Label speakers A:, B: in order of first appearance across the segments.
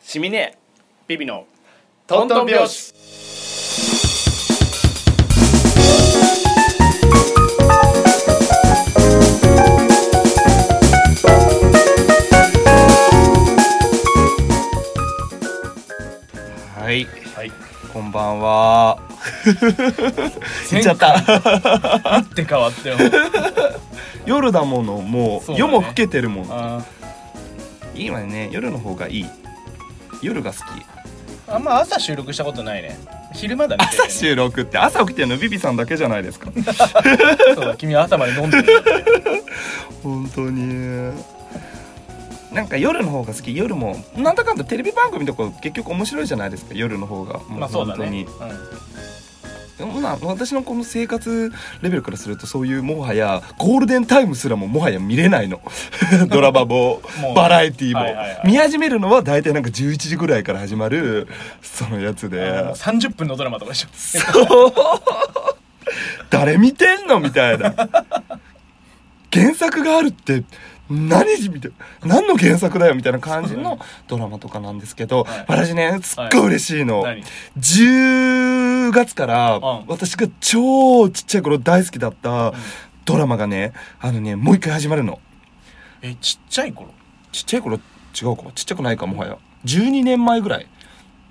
A: シミネビビの
B: トントン拍子
C: はい、
A: はい
C: こんばんは。言っちゃった。
A: って変わっても
C: 夜だもの、もう
A: そうだね
C: 夜も更けてるもん。
A: あ
C: いいわね、夜の方がいい。夜が好き。
A: ーあんま朝収録したことないね昼間だね
C: 朝収録って朝起きてるのビビさんだけじゃないですか。
A: そうだ君は朝まで飲んでる
C: 本当に。なんか夜の方が好き夜もなんだかんだテレビ番組とか結局面白いじゃないですか夜の方がも
A: まあそうだね、
C: でもな私のこの生活レベルからするとそういうもはやゴールデンタイムすらももはや見れない のドラマも
A: もう
C: バラエティー
A: はいはいは
C: も
A: い
C: 見始めるのは大体なんか11時ぐらいから始まるそのやつ
A: うんあーもう
C: で
A: 30分のドラマとかでしょ
C: 誰見てんのみたいな原作があるって何みたいな何の原作だよみたいな感じのドラマとかなんですけど、
A: はい
C: 私ねすっごい嬉しいの。
A: 何
C: 10月から
A: うん
C: 私が超ちっちゃい頃大好きだったドラマがねあのねもう一回始まるの
A: えちっちゃい頃
C: ちっちゃい頃違うかちっちゃくないかもはや12年前ぐらい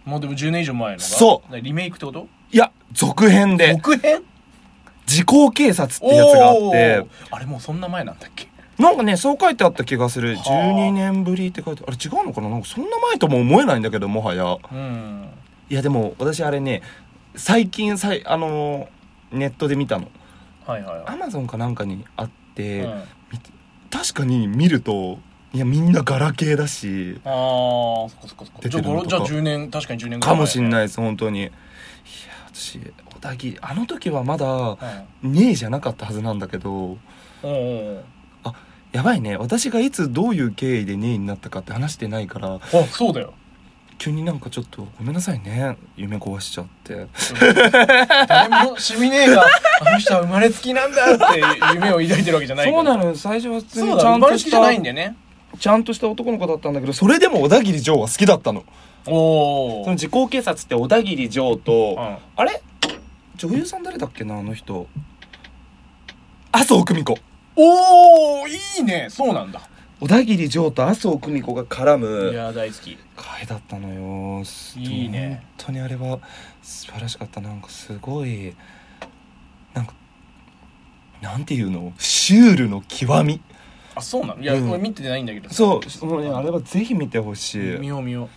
A: もうでも10年以上前のが
C: そう
A: リメイクってこと
C: いや続編で
A: 続編
C: 「時効警察」ってやつがあっ
A: お
C: て
A: ーあれもうそんな前なんだっけ
C: なんかねそう書いてあった気がする
A: はあ
C: 12年ぶりって書いてあれ違うのかななんかそんな前とも思えないんだけどもはや
A: うん
C: いやでも私あれね最近さいあのネットで見たの
A: はいはいは
C: ア
A: い
C: マゾンかなんかにあって、
A: うん
C: 確かに見るといやみんなガラケーだし
A: あーそっかそっかそっか
C: 出
A: じ
C: て
A: ゃあ
C: るの
A: ご
C: とか
A: じゃあ10年確かに10年ぐらい
C: かもしんない
A: い、
C: です本当にいや私小田切あの時はまだ
A: うん
C: 2位じゃなかったはずなんだけど
A: うんうんうん
C: やばいね私がいつどういう経緯で2位になったかって話してないから
A: あそうだよ
C: 急になんかちょっとごめんなさいね夢壊しちゃって
A: 誰もシミネーが「あの人は生まれつきなんだ」って夢を抱いてるわけじゃないから
C: そうなのよ最初は普通
A: そう
C: に
A: だ
C: ちゃ
A: 生
C: ん
A: まれ
C: と
A: つ
C: し
A: きじゃな
C: た
A: いんだよね
C: ちゃんとした男の子だったんだけどそれでも小田切ジョーは好きだったの
A: おお
C: その時効警察って小田切ジョーと、
A: うん、
C: あれ女優さん誰だっけなあの人麻生久美子
A: おおいいねそうなんだ
C: 小田切城と麻生久美子が絡
A: い
C: む
A: やー大好き
C: 回だったのよ
A: いいね
C: 本当にあれは素晴らしかったなんかすごいなんかなんていうのシュールの極み
A: あそうなのいや、
C: うん
A: これ見てないんだけど
C: そうもうねあれはぜひ見てほし
A: 見
C: い
A: よう見よう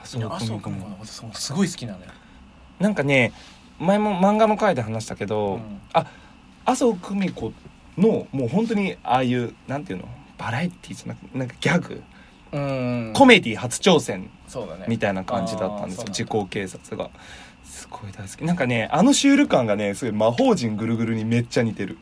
C: 麻
A: そう麻生君のことそうすごい好きなのよ、
C: なんかね前も漫画の回で話したけど、
A: うん
C: 麻生久美子のもう本当にああいうなんていうのバラエティーじゃなくなんかギャグ、
A: うん
C: コメディ初挑戦
A: そうだね
C: みたいな感じだったんですよ
A: あー
C: 時
A: そう
C: 効警察がすごい大好きなんかねあのシュール感がねすごい魔法陣ぐるぐるにめっちゃ似てる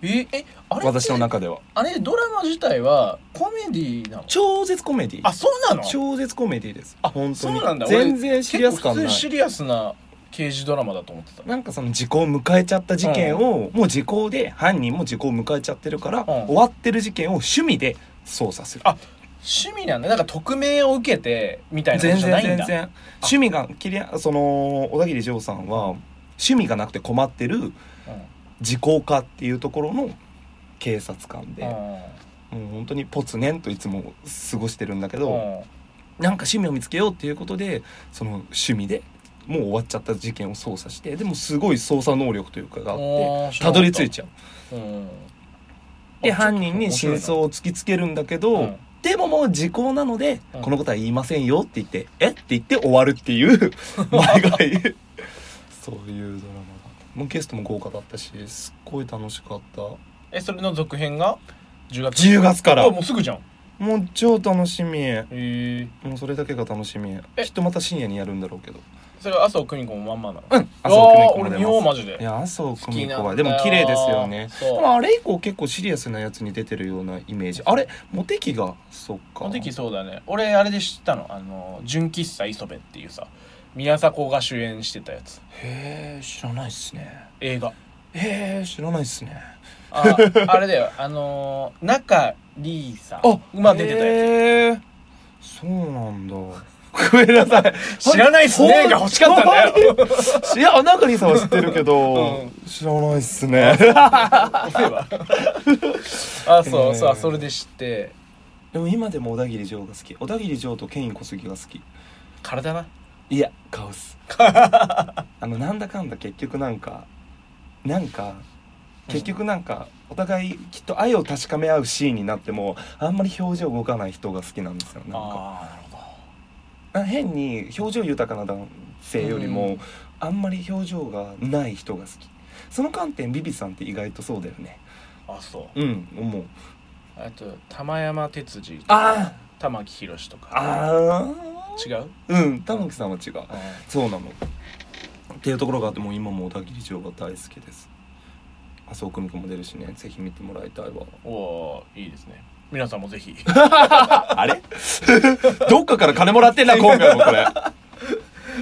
A: ええあれ
C: 私の中では
A: あれドラマ自体はコメディなの
C: 超絶コメディ
A: あそうなの
C: 超絶コメディです
A: あ
C: 本当
A: そう
C: に
A: なんだ
C: 全然シリアス感
A: 俺
C: な
A: 結構普通に
C: い
A: シリアスな刑事ドラマだと思ってた
C: なんかその時効を迎えちゃった事件を、もう時効で犯人も時効を迎えちゃってるから、終わってる事件を趣味で捜査する
A: あ趣味なんだなんか匿名を受けてみたいなこ
C: 全
A: とじゃな
C: 然
A: いん
C: 全
A: だ
C: 然趣味がきりゃその小田切丈さんは趣味がなくて困ってる時効課っていうところの警察官で、もう本当にポツネンといつも過ごしてるんだけ
A: うん
C: ど、なんか趣味を見つけようっていうことでその趣味でもう終わっちゃった事件を捜査してでもすごい捜査能力というかがあって
A: うん
C: たどり着いちゃう。
A: うん
C: で
A: あちょっと
C: 犯人に真相を突きつけるんだけど、
A: うん
C: でももう時効なので、
A: うん
C: このことは言いませんよって言って「えっ?」て言って終わるっていう 毎回 そういうドラマがもうゲストも豪華だったしすっごい楽しかったも
A: えそれの続編が10月
C: 10月から
A: あもうすぐじゃん
C: う超楽しみも
A: へえ
C: うそれだけが楽しみ
A: え
C: きっとまた深夜にやるんだろうけど
A: それは麻生久美子もまんまなの
C: うん麻
A: あ
C: 生
A: あ
C: 久美子も
A: 俺
C: 出
A: 見よう
C: ま
A: マジです
C: いや麻生
A: 好
C: 久
A: き
C: 美
A: なんだ
C: 子
A: よ
C: はでも綺麗ですよね
A: そう
C: でもあれ以降結構シリアスなやつに出てるようなイメージあれモテキがそっか
A: この時そうだね俺あれで知ったのあの純喫茶磯部っていうさ宮迫が主演してたやつ
C: へえ知らないっすね
A: 映画
C: へえ知らないっすね
A: あ あれだよあのー中里依紗
C: あ
A: 馬出てたやつ
C: へえそう なんだごめんなさい
A: 知らないっすね
C: ほん
A: が欲しかったん だよ
C: いやナカリンさんは知ってるけど、
A: うん
C: 知らないっすね
A: あそう
C: えー
A: そうそれで知って
C: でも今でも小田切城が好き小田切城とケイン小杉が好き
A: 体ない
C: や顔っす あのなんだかんだ結局なんかなんか結局なんかお互いきっと愛を確かめ合うシーンになってもあんまり表情動かない人が好きなんですよなんか
A: ああなるほ
C: あ変に表情豊かな男性よりも、
A: うん
C: あんまり表情がない人が好きその観点ビビさんって意外とそうだよね
A: どあそう
C: うん思う
A: あと玉山哲司と
C: あ
A: 玉木宏とか
C: あ
A: 違う
C: ーうん玉木さんは違うそうなのっていうところがあってもう今も小田切城が大好きです麻生久美子も出るしねぜひ見てもらいたいわ
A: おおーいいですね皆さんもぜひ
C: あれ どっかから金もらってんな 今回もこれ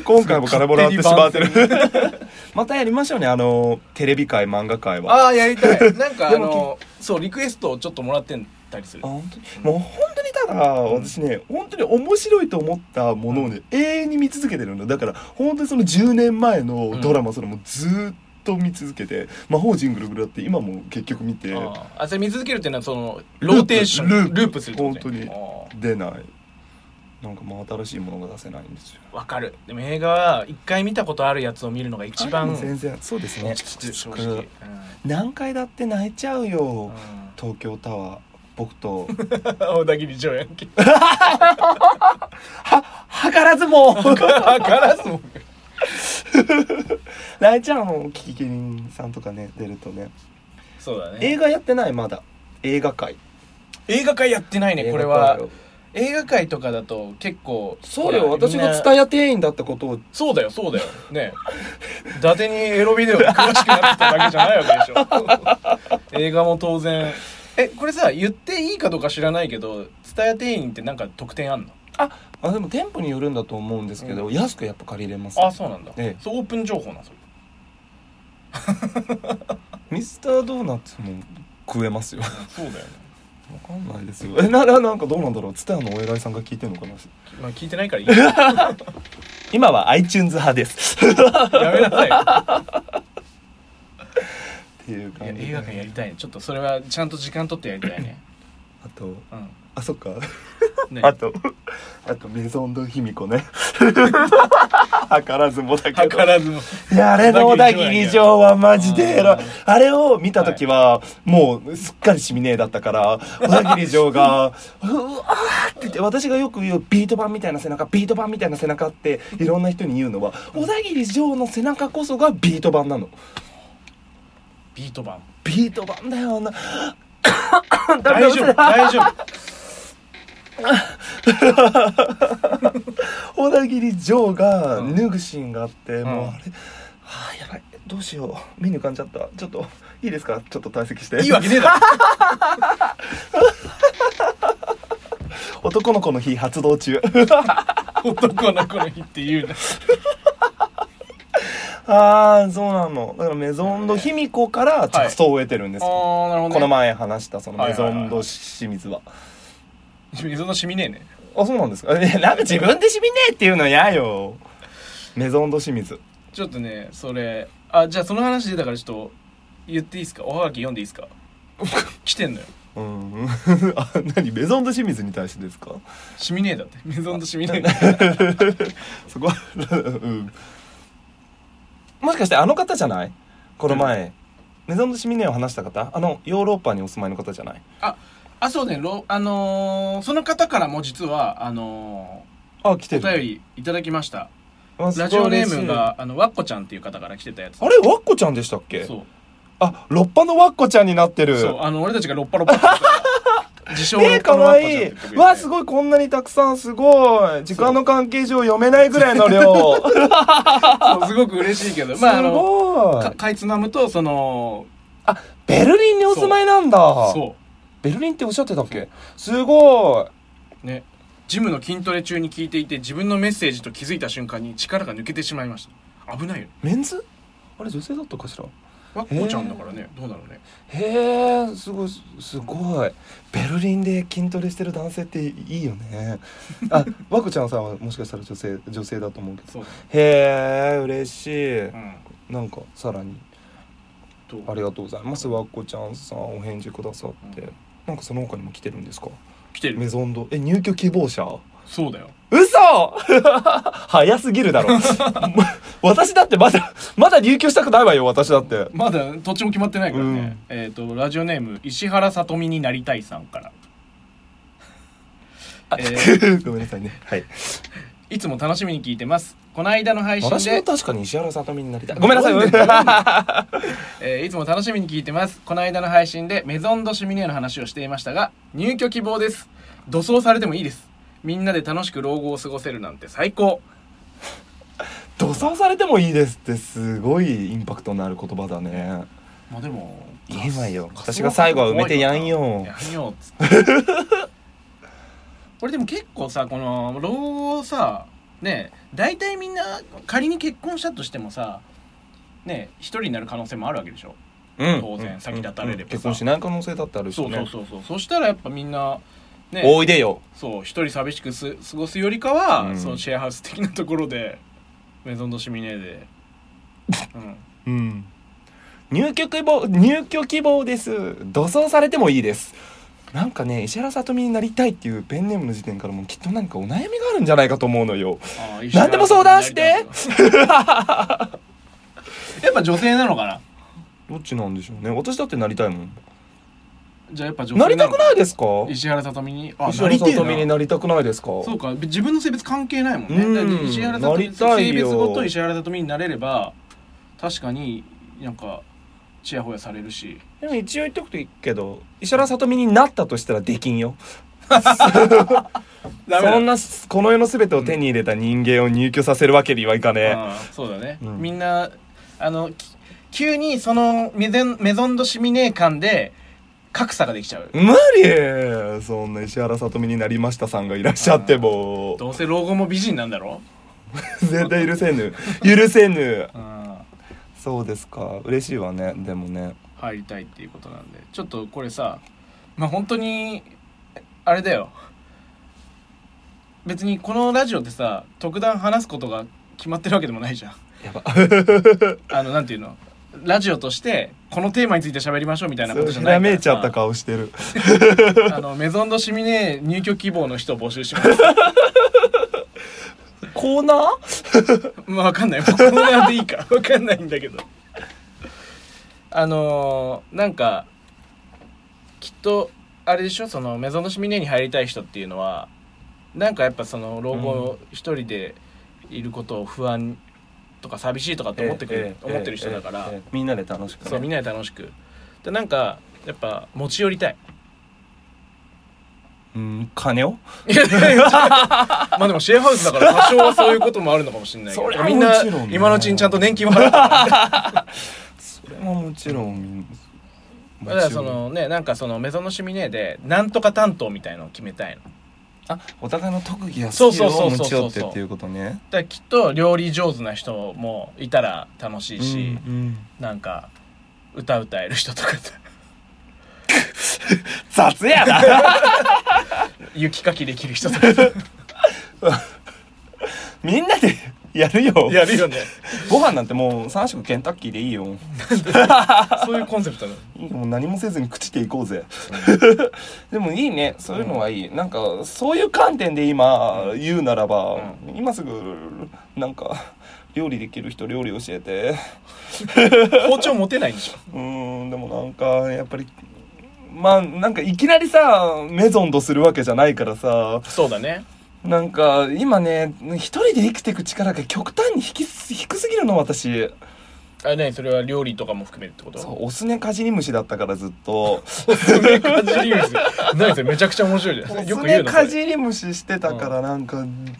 C: 今回も金もらってしまってる またやりましょうねあのテレビ界漫画界は あ
A: ああやりたい なんかあ
C: でも
A: のそうリクエストをちょっともらってたりする
C: 本当にもう本当にただ私ね本当に面白いと思ったものをね永遠に見続けてるんだだから本当にその10年前のドラマそれもずーっと見続けて魔法陣ぐるぐるだって今も結局見て
A: あーあそれ見続けるっていうのはその
C: ルー
A: ロ
C: プ
A: ーテーション
C: ル
A: ル
C: ー
A: ー
C: プ
A: プするってことね
C: 本
A: あ
C: 出ないなんかもう新しいものが出せないんですよ
A: ーわかるでも映画は一回見たことあるやつを見るのが一
C: あで
A: 番
C: も全然そうですね
A: 落ち着く正直うん
C: 何回だって泣いちゃうよ
A: うん
C: 東京タワー僕と
A: 小田切城やん け
C: はからずも
A: ガラスも
C: 泣いちゃうのキキキリンさんとかね出るとね
A: そうだね
C: 映
A: 映画
C: 画やってないまだ映画界
A: 会やってないねこれ
C: 映画
A: は
C: 界を
A: 映画会とかだと結構
C: そうよ
A: ほら
C: 私が
A: みんな
C: 蔦屋店員だったことを
A: そうだよそうだよねえ伊達にエロビデオで詳しくなってただけじゃないわ けでしょ映画も当然えこれさ言っていいかどうか知らないけど蔦屋店員ってなんか特典あんの
C: あでも店舗によるんだと思うんですけど、
A: う
C: 安くやっぱ借りれます
A: あそうなんだ、
C: ええ
A: そうオープン情報なんそれ
C: ミスタードーナツも食え ますよわ
A: そう だよね、
C: かんないです よえなななんかどうなんだろう蔦屋のお偉いさんが聞いてんのかな
A: まあ、聞いてないからいいや
C: 今は iTunes 派です
A: め なさいよ
C: っていう
A: い
C: 感
A: や
C: じで
A: 映画館やりたいねちょっとそれはちゃんと時間取ってやりたい ね
C: あと
A: うん
C: あそっか、
A: ね
C: あとあとメゾンド卑弥呼 ね計らずもだけど
A: 計らずも
C: いやあれの小田切城はマジでエロいあれを見た時はもうすっかりシミネーだっ たから小田切城が「うわ」って言って私がよく言うビート板みたいな背中ビート板みたいな背中っていろんな人に言うのは小田切城の背中こそがビート板なの
A: ビート版
C: ビート板だよな
A: 大丈夫大丈夫
C: 小田切城が
A: うん
C: 脱ぐシーンがあって、
A: ん
C: もうあれはあやばいどうしよう目に浮かんじゃったちょっといいですかちょっと退席して
A: いいわけねえだろ
C: 男の子の日発動中
A: 男の子の日って言う な
C: ああそうなのだからメゾンド卑弥呼から着想を得てるんですよ、
A: ああなるほど、ね、
C: この前話したそのメゾ
A: はいは
C: ン
A: いは
C: ド
A: い
C: 清水は,、
A: 水の染みねえね
C: あそうなんですかえなんか自分でしみねえっていうの嫌よメゾンド清水
A: ちょっとねそれあじゃあその話でだからちょっと言っていいですかおはがき読んでいいです か来てんのよ
C: うん あ何メゾンド清水に対してですか
A: 染みねえだってメゾンと染みねえ
C: そこは、うん、もしかしてあの方じゃないこの前、メゾンドシミネを話した方あのヨーロッパにお住まいの方じゃない
A: あ あそうねろあのーその方からも実はあの
C: あ来て
A: ー
C: る
A: お便りいただきました
C: あ
A: ラ
C: す
A: ジ
C: ごい
A: オネ
C: 嬉しい
A: ームがあのわっこちゃんっていう方から来てたやつ
C: あれワッコちゃんでしたっけ
A: そう
C: あロッパのワッコちゃんになってる
A: そうあの俺たちがロッパロッパって言った自称ロ
C: ねえ
A: ッ
C: か
A: パの
C: わ
A: わっこちゃんっ
C: い
A: て
C: い
A: 言ってくれて
C: わあすごいこんなにたくさんすごい時間の関係上読めないぐらいの 量
A: そうすごく嬉しいけどまああ
C: す
A: の
C: ご
A: か
C: い
A: かいつまむとその
C: ベルリンにお住まいなんだ
A: そ
C: ベルリンっておっしゃってたっけすごいう
A: ねジムの筋トレ中に聞いていて自分のメッセージと気づいた瞬間に力が抜けてしまいました危ないよ
C: メンズあれ女性だったかしら
A: わっこちゃんだからねどうだろうね
C: へえすごいすごいベルリンで筋トレしてる男性っていいよね あ和子ちゃんさんはもしかしたら女性女性だと思うけど
A: そう
C: へえ嬉しい、
A: うん
C: なんかさらに
A: と
C: ありがとうございます和子ちゃんさんお返事くださって、
A: うん
C: なんかその他にも来てるんですか
A: 来て
C: メ
A: る
C: ゾンドえ入居希望者
A: そうだよ
C: 嘘 早すぎるだろ 私だってまだまだ入居したくないわよ私だって
A: まだ土地も決まってないから
C: う
A: ね
C: ん、
A: えっ、とラジオネーム石原さとみになりたいさんからえー
C: ごめんなさいねはい
A: いつも楽しみに聞いてますこの間の配信
C: 私も
A: で、
C: 確かに石原さとみになりたいごめんなさいごめんなさい
A: えーいつも楽しみに聞いてますこの間の配信でメゾンドシュミネの話をしていましたが入居希望です土葬されてもいいですみんなで楽しく老後を過ごせるなんて最高
C: 土葬されてもいいですってすごいインパクトのある言葉だね
A: まあでも
C: いいわよ私が最後は埋めてやんよ
A: やんよっつって これでも結構さこの老後をさね大体みんな仮に結婚したとしてもさね一人になる可能性もあるわけでしょ
C: うん
A: 当然先立たれればさ
C: 結婚しない可能性だってあるし
A: そう
C: ね
A: そうそうそうそしたらやっぱみんなね
C: おいでよ
A: そう一人寂しくす過ごすよりかは、
C: うん
A: そのシェアハウス的なところでメゾンドシミネで、うん、
C: うん入居希望入居希望です土葬されてもいいですなんかね石原さとみになりたいっていうペンネームの時点からもうきっと何かお悩みがあるんじゃないかと思うのよ
A: あー
C: 何でも相談して
A: やっぱ女性なのかな
C: どっちなんでしょうね私だってなりたいもん
A: じゃあやっぱ女性
C: なりたくないですか
A: 石原さとみにあ
C: 石原さとみに
A: なりて
C: なりたくないですか
A: えなそうか自分の性別関係ないもんね、
C: うん
A: だって石原さと
C: な
A: み
C: りたい
A: 性
C: よ
A: 別ごと石原さとみになれれば確かになんかちやほやされるし
C: でも一応言っとくといいけど石原さとみになったとしたらできん よそん
A: な
C: なこの世の全てを手に入れた人間を入居させるわけにはいかね
A: そうだね、
C: うん
A: みんなあのき急にそのメゾンメゾンドシミネー感で格差ができちゃう
C: え無理そんな石原さとみになりましたさんがいらっしゃっても
A: どうせ老後も美人なんだろ
C: 絶対許せぬ許せぬ
A: うん
C: そうですか嬉しいわねでもね
A: 入りたいっていうことなんでちょっとこれさまあ本当にあれだよ別にこのラジオってさ特段話すことが決まってるわけでもないじゃん
C: やば
A: あのなんていうのラジオとしてこのテーマについて喋りましょうみたいなことじゃ
C: ひ
A: ないからら
C: めいちゃった顔してる
A: あのメゾンドシミネ入居希望の人を募集します
C: コーナー
A: まあわかんないもうこんなんでいいかわかんないんだけどあのーなんかきっとあれでしょそのメゾンドシミネに入りたい人っていうのはなんかやっぱその老後一人でいることを不安とか寂しいとかって思ってくる、思ってる人だから、
C: ええええみんなで楽しくね
A: そうみんなで楽しくでなんかやっぱ持ち寄りた い
C: うん金を
A: いやいやいやまあでもシェアハウスだから多少はそういうこともあるのかもしれないけ
C: そり
A: ど
C: ゃ
A: みんな
C: もちろんね
A: 今のうちにちゃんと年金も払って
C: それはもちろん
A: だからそのねなんかそのメゾンのシミネーでなんとか担当みたいのを決めたいのだか
C: あお互いの特技や
A: そう
C: スキ
A: そう
C: ル
A: そ
C: を
A: うそう
C: 持ち寄ってっていうことね
A: らきっと料理上手な人もいたら楽しいし、
C: うんうん
A: なんか歌歌える人とか さ
C: 雑やな
A: 雪かきできる人とかさ
C: みんなでやる よ
A: やるよね
C: ご飯なんてもう3食ケンタッキーでいいよ
A: そういうコンセプトなの
C: もう何もせずに朽ちていこうぜ でもいいねそういうのはいい、なんかそういう観点で今言うならば、今すぐなんか料理できる人料理教えて
A: 包丁持てないんでしょ
C: うーんでもなんかやっぱりまあなんかいきなりさメゾンドするわけじゃないからさ
A: そうだね
C: なんか今ね一人で生きていく力が極端に低す低すぎるの私
A: あれねそれは料理とかも含めるってこと
C: そうオスネカジリムシだったからずっと
A: おすすめかじり虫何それめちゃくちゃ面白いじゃ
C: オ
A: んよ
C: ス
A: く言
C: ネ
A: うのそ
C: カ
A: れ
C: ジリムシしてたからなんか、うん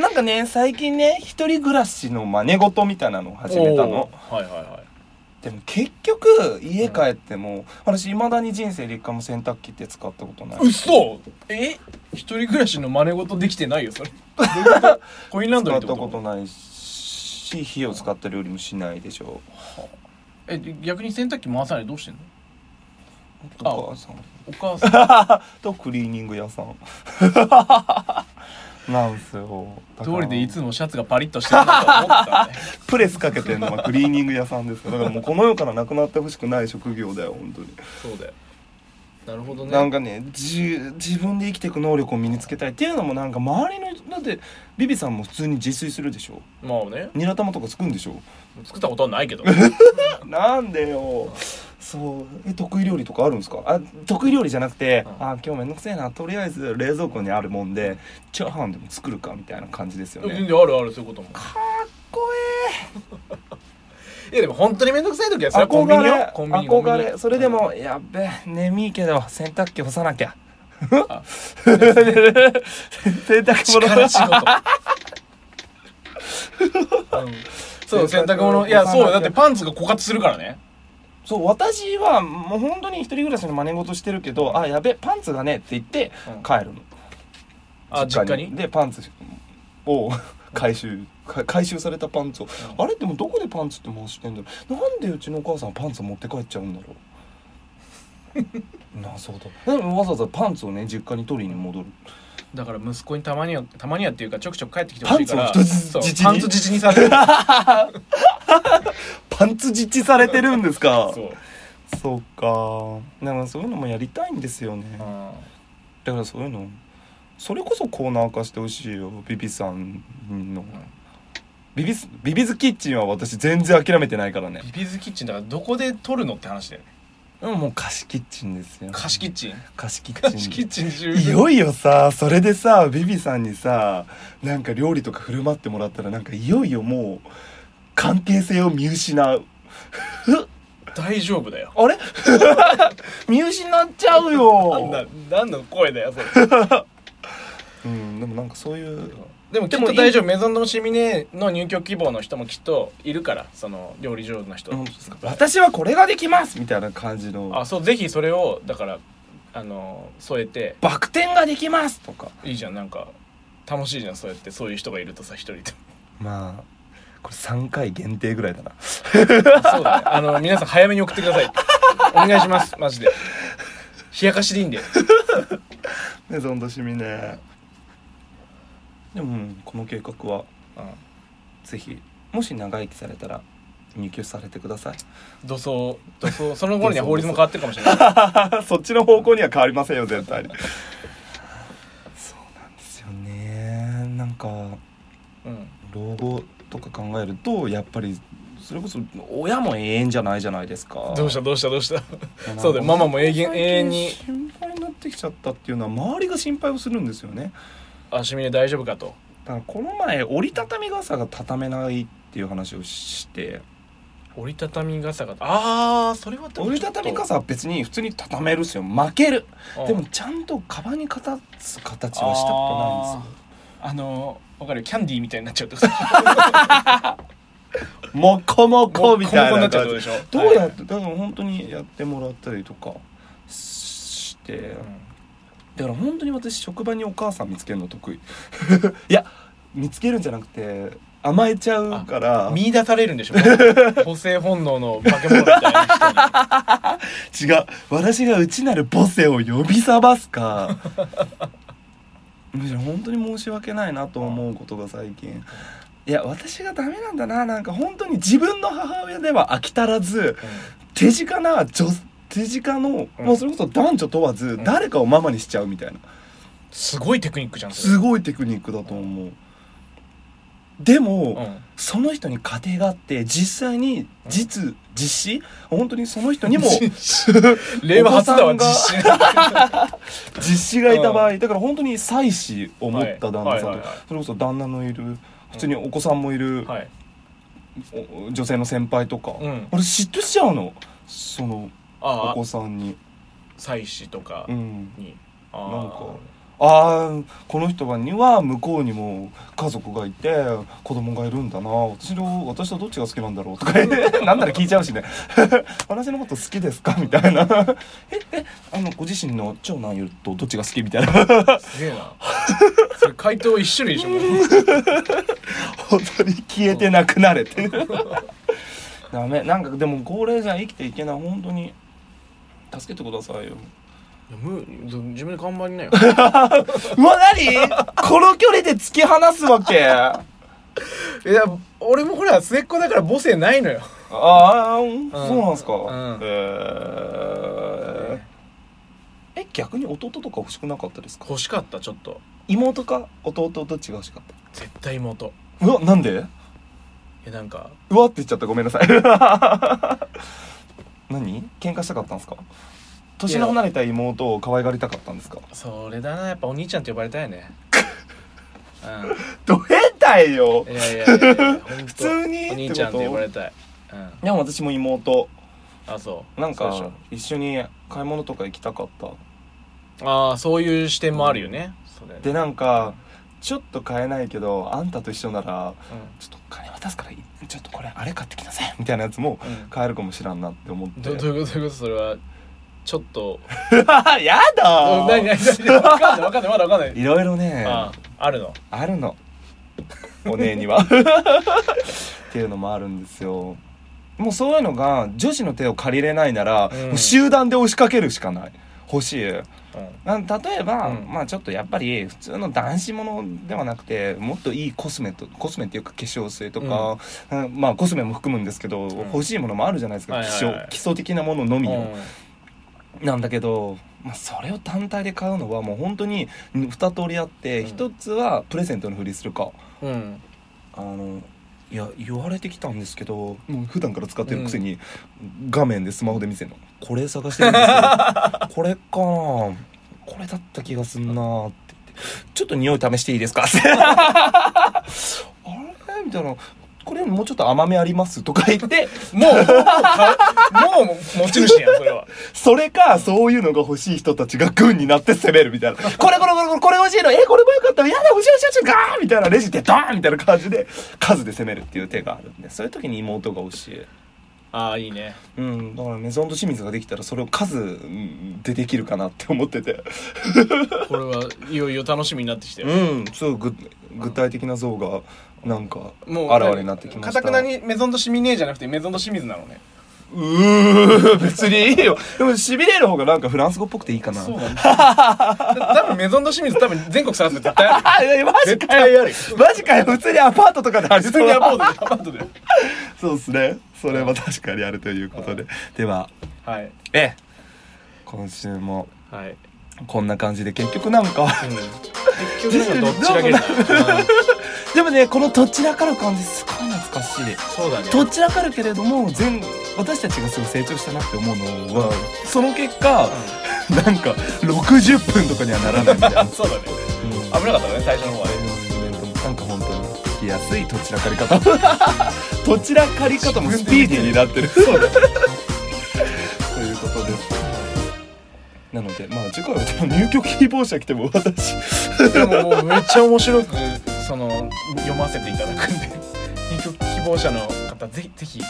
C: なんかね最近ね一人暮らしの真似事みたいなのを始めたの
A: おーはいはいはい
C: でも結局家帰っても、私いまだに人生で一回も洗濯機って使ったことない
A: 嘘え一人暮らしの真似事できてないよそれどういうことコインランド
C: 使
A: リーっ
C: っ
A: て
C: た
A: こと
C: ことないし火を使った料理もしないでしょ
A: え逆に洗濯機回さないでどうしてんの
C: お母さん
A: お母さん
C: とクリーニング屋さん なんすよだか
A: 通
C: ら
A: りでいつもシャツがパリッとしてるなと思ったね
C: プレスかけてんのはクリーニング屋さんですからだからもうこの世からなくなってほしくない職業だよ本当に、
A: そうだよなるほどね
C: なんかねじ自分で生きていく能力を身につけたいっていうのもなんか周りのだってビビさんも普通に自炊するでしょ
A: まあね
C: ニラ玉とか作るんでしょ
A: 作ったことはないけど
C: なんでよそうえ得意料理とかあるんですかあ得意料理じゃなくて、
A: うん
C: あ今日めんどくせえなとりあえず冷蔵庫にあるもんでチャーハンでも作るかみたいな感じですよ ね
A: 全然あるあるそういうことも
C: こ
A: いやでも本当に面倒くさい時は
C: え
A: さコンビ
C: 憧
A: ニよ
C: れ
A: コンビニコンビニ
C: 憧れそれでも、やっべ眠いけど洗濯機干さなきゃ
A: あ
C: 洗濯機
A: 力
C: 物
A: 仕事うんそう洗濯物いやそうだってパンツが枯渇するからね
C: そう私はもう本当に一人暮らしの真似事してるけどあやべパンツがねって言って
A: うん
C: 帰るの、
A: あ実家に
C: でパンツを 回収か回収されたパンツを、
A: うん
C: あれでもどこでパンツって回してんだろうなんでうちのお母さんパンツ持って帰っちゃう んだろうなそうだでもわざわざパンツをね実家に取りに戻る
A: だから息子にたまにはたまにはっていうかちょくちょく帰ってきてほしいから
C: パンツを一つ
A: そう
C: 自治に
A: パンツ自治にさ れる
C: パンツ実地されてるんですか
A: そう
C: そうかだからそういうのもやりたいんですよね
A: うん
C: だからそういうのそれこそコーナー化してほしいよビビさんのビビスビビズキッチンは私全然諦めてないからね
A: ビビズキッチンだからどこで撮るのって話だよね
C: うんもう貸しキッチンですよ
A: 貸しキッチン
C: 貸しキッチン
A: 貸しキッチン十
C: い
A: 分
C: よいよさそれでさビビさんにさなんか料理とか振る舞ってもらったらなんかいよいよもう関係性を見失う
A: 大丈夫だよ
C: あれ 見失っちゃう
A: なんだ
C: よ、
A: なんの声だよそれ
C: うん、でもなんかそういう
A: でもきっと大丈夫メゾンドのシミネの入居希望の人もきっといるからその料理上手な人、
C: 本当ですか私はこれができますみたいな感じの
A: あそうぜひそれをだからあの添えて
C: バク転ができますとか
A: いいじゃんなんか楽しいじゃんそうやってそういう人がいるとさ一人 で
C: まあこれ3回限定ぐらいだな
A: そうだねあの皆さん早めに送ってくださいお願いしますマジで冷やかしでいいんで
C: メゾンドシミねでもうんこの計画は
A: うん
C: ぜひもし長生きされたら入居されてください
A: 土葬土葬その頃には法律も変わってるかもしれない
C: そっちの方向には変わりませんよ絶対に そうなんですよねなんか
A: うん
C: 老後とか考えるとやっぱりそれこそ親も永遠じゃないじゃないですか
A: どうしたどうしたどうした
C: いやなんか
A: そうだよママも永遠
C: 最
A: 永
C: 近
A: 遠に
C: 心配になってきちゃったっていうのは周りが心配をするんですよね
A: あシミネ大丈夫かと
C: だからこの前折りたたみ傘が畳めないっていう話をして
A: 折りたたみ傘がああそれはでもちょっと
C: 折りたたみ傘は別に普通に畳めるっすよ巻ける
A: うん
C: でもちゃんとカバンにかたす形はしたことないんです
A: あーあのーわかるキャンディーみたいになっちゃうってこと
C: よもこも こ
A: こ
C: みたいな
A: っちゃう
C: 感
A: ってこと
C: じ
A: でしょ
C: どうやっ
A: は
C: てだから本当にやってもらったりとかして
A: いうん
C: だから本当に私職場にお母さん見つけるの得意 いや見つけるんじゃなくて甘えちゃうから
A: 見出されるんでしょ 母性本能の化け物みたいな人に
C: 違う私が内なる母性を呼び覚ま すかむしろ本当に申し訳ないなと思うことが最近いや私がダメなんだななんか本当に自分の母親では飽き足らず手近な女手近の、
A: うん
C: もうそれこそ男女問わず
A: ん
C: 誰かをママにしちゃうみたいな
A: すごいテクニックじゃんそれ
C: すごいテクニックだと思うでも、
A: うん
C: その人に家庭があって実際に実実施本当にその人にも
A: 令和初だわ
C: お子
A: 実
C: さ
A: 施
C: 実施がいた場合、だから本当に妻子を持った旦那さんと、
A: はいはいはいはい
C: それこそ旦那のいる普通にお子さんもいる、
A: はい
C: お女性の先輩とか、
A: うん
C: 俺嫉妬しちゃうのそのお
A: ああ
C: 子さんに、
A: 妻子とか
C: うん、
A: に
C: なんか
A: あ
C: あーこの人には向こうにも家族がいて子供がいるんだな私の私とどっちが好きなんだろうとか なんなら聞いちゃうしね 私のこと好きですかみたいなええあのご自身の長男いるとどっちが好きみたいな
A: あすげえなそれ回答一種類でしょもう
C: 本当に消えてなくなれってい ダメなんかでも高齢者は生きていけない本当に助けてくださいよ
A: いやむ自分で頑張りな よ
C: うわ何 この距離で突き放すわけあ
A: いや俺もほら末っ子だから母性ないのよ
C: あーそうなんすか、
A: うん
C: えー、え逆に弟とか欲しくなかったですか
A: 欲しかったちょっと
C: 妹か弟と違うしかっ
A: 絶対妹い
C: たうわなんで
A: やなんか
C: うわって言っちゃったごめんなさい 何喧嘩したかったんですか年の離れた妹を可愛がりたかったんですか
A: それだなやっぱお兄ちゃんって呼ばれたいね
C: ど変態よ
A: うんいやいやいやいや
C: 普通に
A: ほんとお兄ちゃんって呼ばれたいうん
C: でも私も妹
A: あそう
C: なん
A: そうでし
C: か一緒に買い物とか行きたかった
A: ょああそういう視点もあるよねそれ
C: でなんかちょっと買えないけどあんたと一緒なら
A: う
C: ちょっと金渡すからいちょっとこれあれ買ってきなさいみたいなやつも
A: んうん
C: 買えるかもしらんなって思って
A: どどういうことどういうことそれはちょっと
C: や
A: 何何
C: だ
A: 何わかんないわかんないまだわかんない
C: いろいろね
A: ああるの
C: あるのお姉にはっていうのもあるんですよもうそういうのが女子の手を借りれないなら、
A: うん
C: もう集団で押しかけるしかない欲しい
A: うん
C: なん例えば、
A: うん
C: まあちょっとやっぱり普通の男子ものではなくてもっといいコスメとコスメっていうか化粧水とか、うんまあコスメも含むんですけど、欲しいものもあるじゃないですか、
A: はいはいはい
C: 基礎基礎的なもののみの、
A: うん
C: なんだけど、まあ、それを単体で買うのはもう本当に2通りあって、
A: うん
C: 1つはプレゼントのふりするか
A: うん
C: あのいや言われてきたんですけどもう普段から使ってるくせに、画面でスマホで見せるのこれ探してるんですけどこれかなこれだった気がすんなって言ってちょっと匂い試していいですか あれみたいなこれよりもうちょっと甘みありますとか言って
A: もうもう買うもう持ち主やんそれは
C: それかそういうのが欲しい人たちが軍になって攻めるみたいなこれこれこれこれこれ欲しいのえこれもよかったやだ欲しい欲しい欲しいガーみたいなレジでドーンみたいな感じで数で攻めるっていう手があるんでそういう時に妹が欲しい。
A: ああいいね
C: うん、だからメゾンド清水ができたらそれを数うんでできるかなって思ってて
A: これはいよいよ楽しみになってきてる
C: うんすごい具具体的な像がなんか
A: もう
C: あらわれになってきま
A: か
C: した
A: たくなにメゾンドシミネーじゃなくてメゾンド清水なのね
C: うー別にいいよでもしびれる方がなんかフランス語っぽくていいかな
A: そうなんだ多分メゾンド清水多分全国探すの絶対ある
C: あえマジ
A: 絶
C: か
A: 対
C: よ
A: あるよ
C: マジかよ普通にアパートとかであり
A: 普通
C: そう
A: にアパートでアパートで
C: そうですねそれは確かにあるということででは
A: はい
C: ええ今週も
A: はい、
C: こんな感じで結局なんか
A: うん、結局なんかどっちらけるなうん
C: でもねこのどちらかる感じすごい懐かしい
A: そうだね
C: どちらかるけれども全私たちがすごい成長したなって思うのはその結果なんか60分とかにはならないみたいな、
A: あそうだね
C: うん
A: 危なかったね最初の方はね
C: なんか本当に聞きやすいどちらかり 方どちらかり方もスピーディーになってるそうだということですなのでまあ次回はでも入居希望者来ても私
A: でももうめっちゃ面白くその読ませていただくんで入居希望者の方ぜひぜひ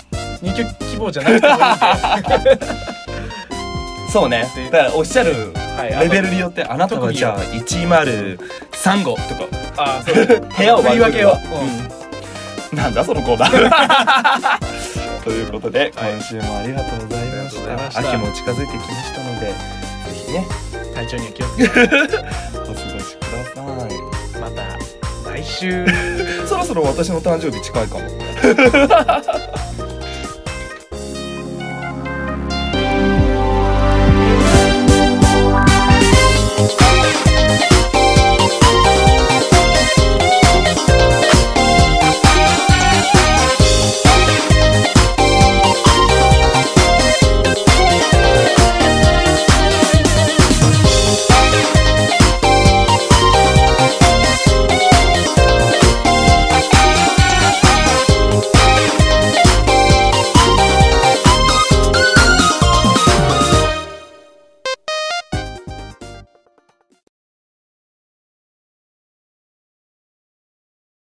A: 入居希望じゃなくてもいいんで
C: そうねだからおっしゃる
A: はいあと
C: レベルによってあなたはじゃあ103号とか
A: あそうだね
C: 部屋 を
A: 振り分けを、
C: うん、なんだそのコーナー ということで
A: はい
C: 今週もありがとうございまし
A: ありがとうございました
C: た秋も近づいてきましたのでぜひね
A: 体調には気をつけて
C: お過ごしください
A: また来週
C: そろそろ私の誕生日近いかも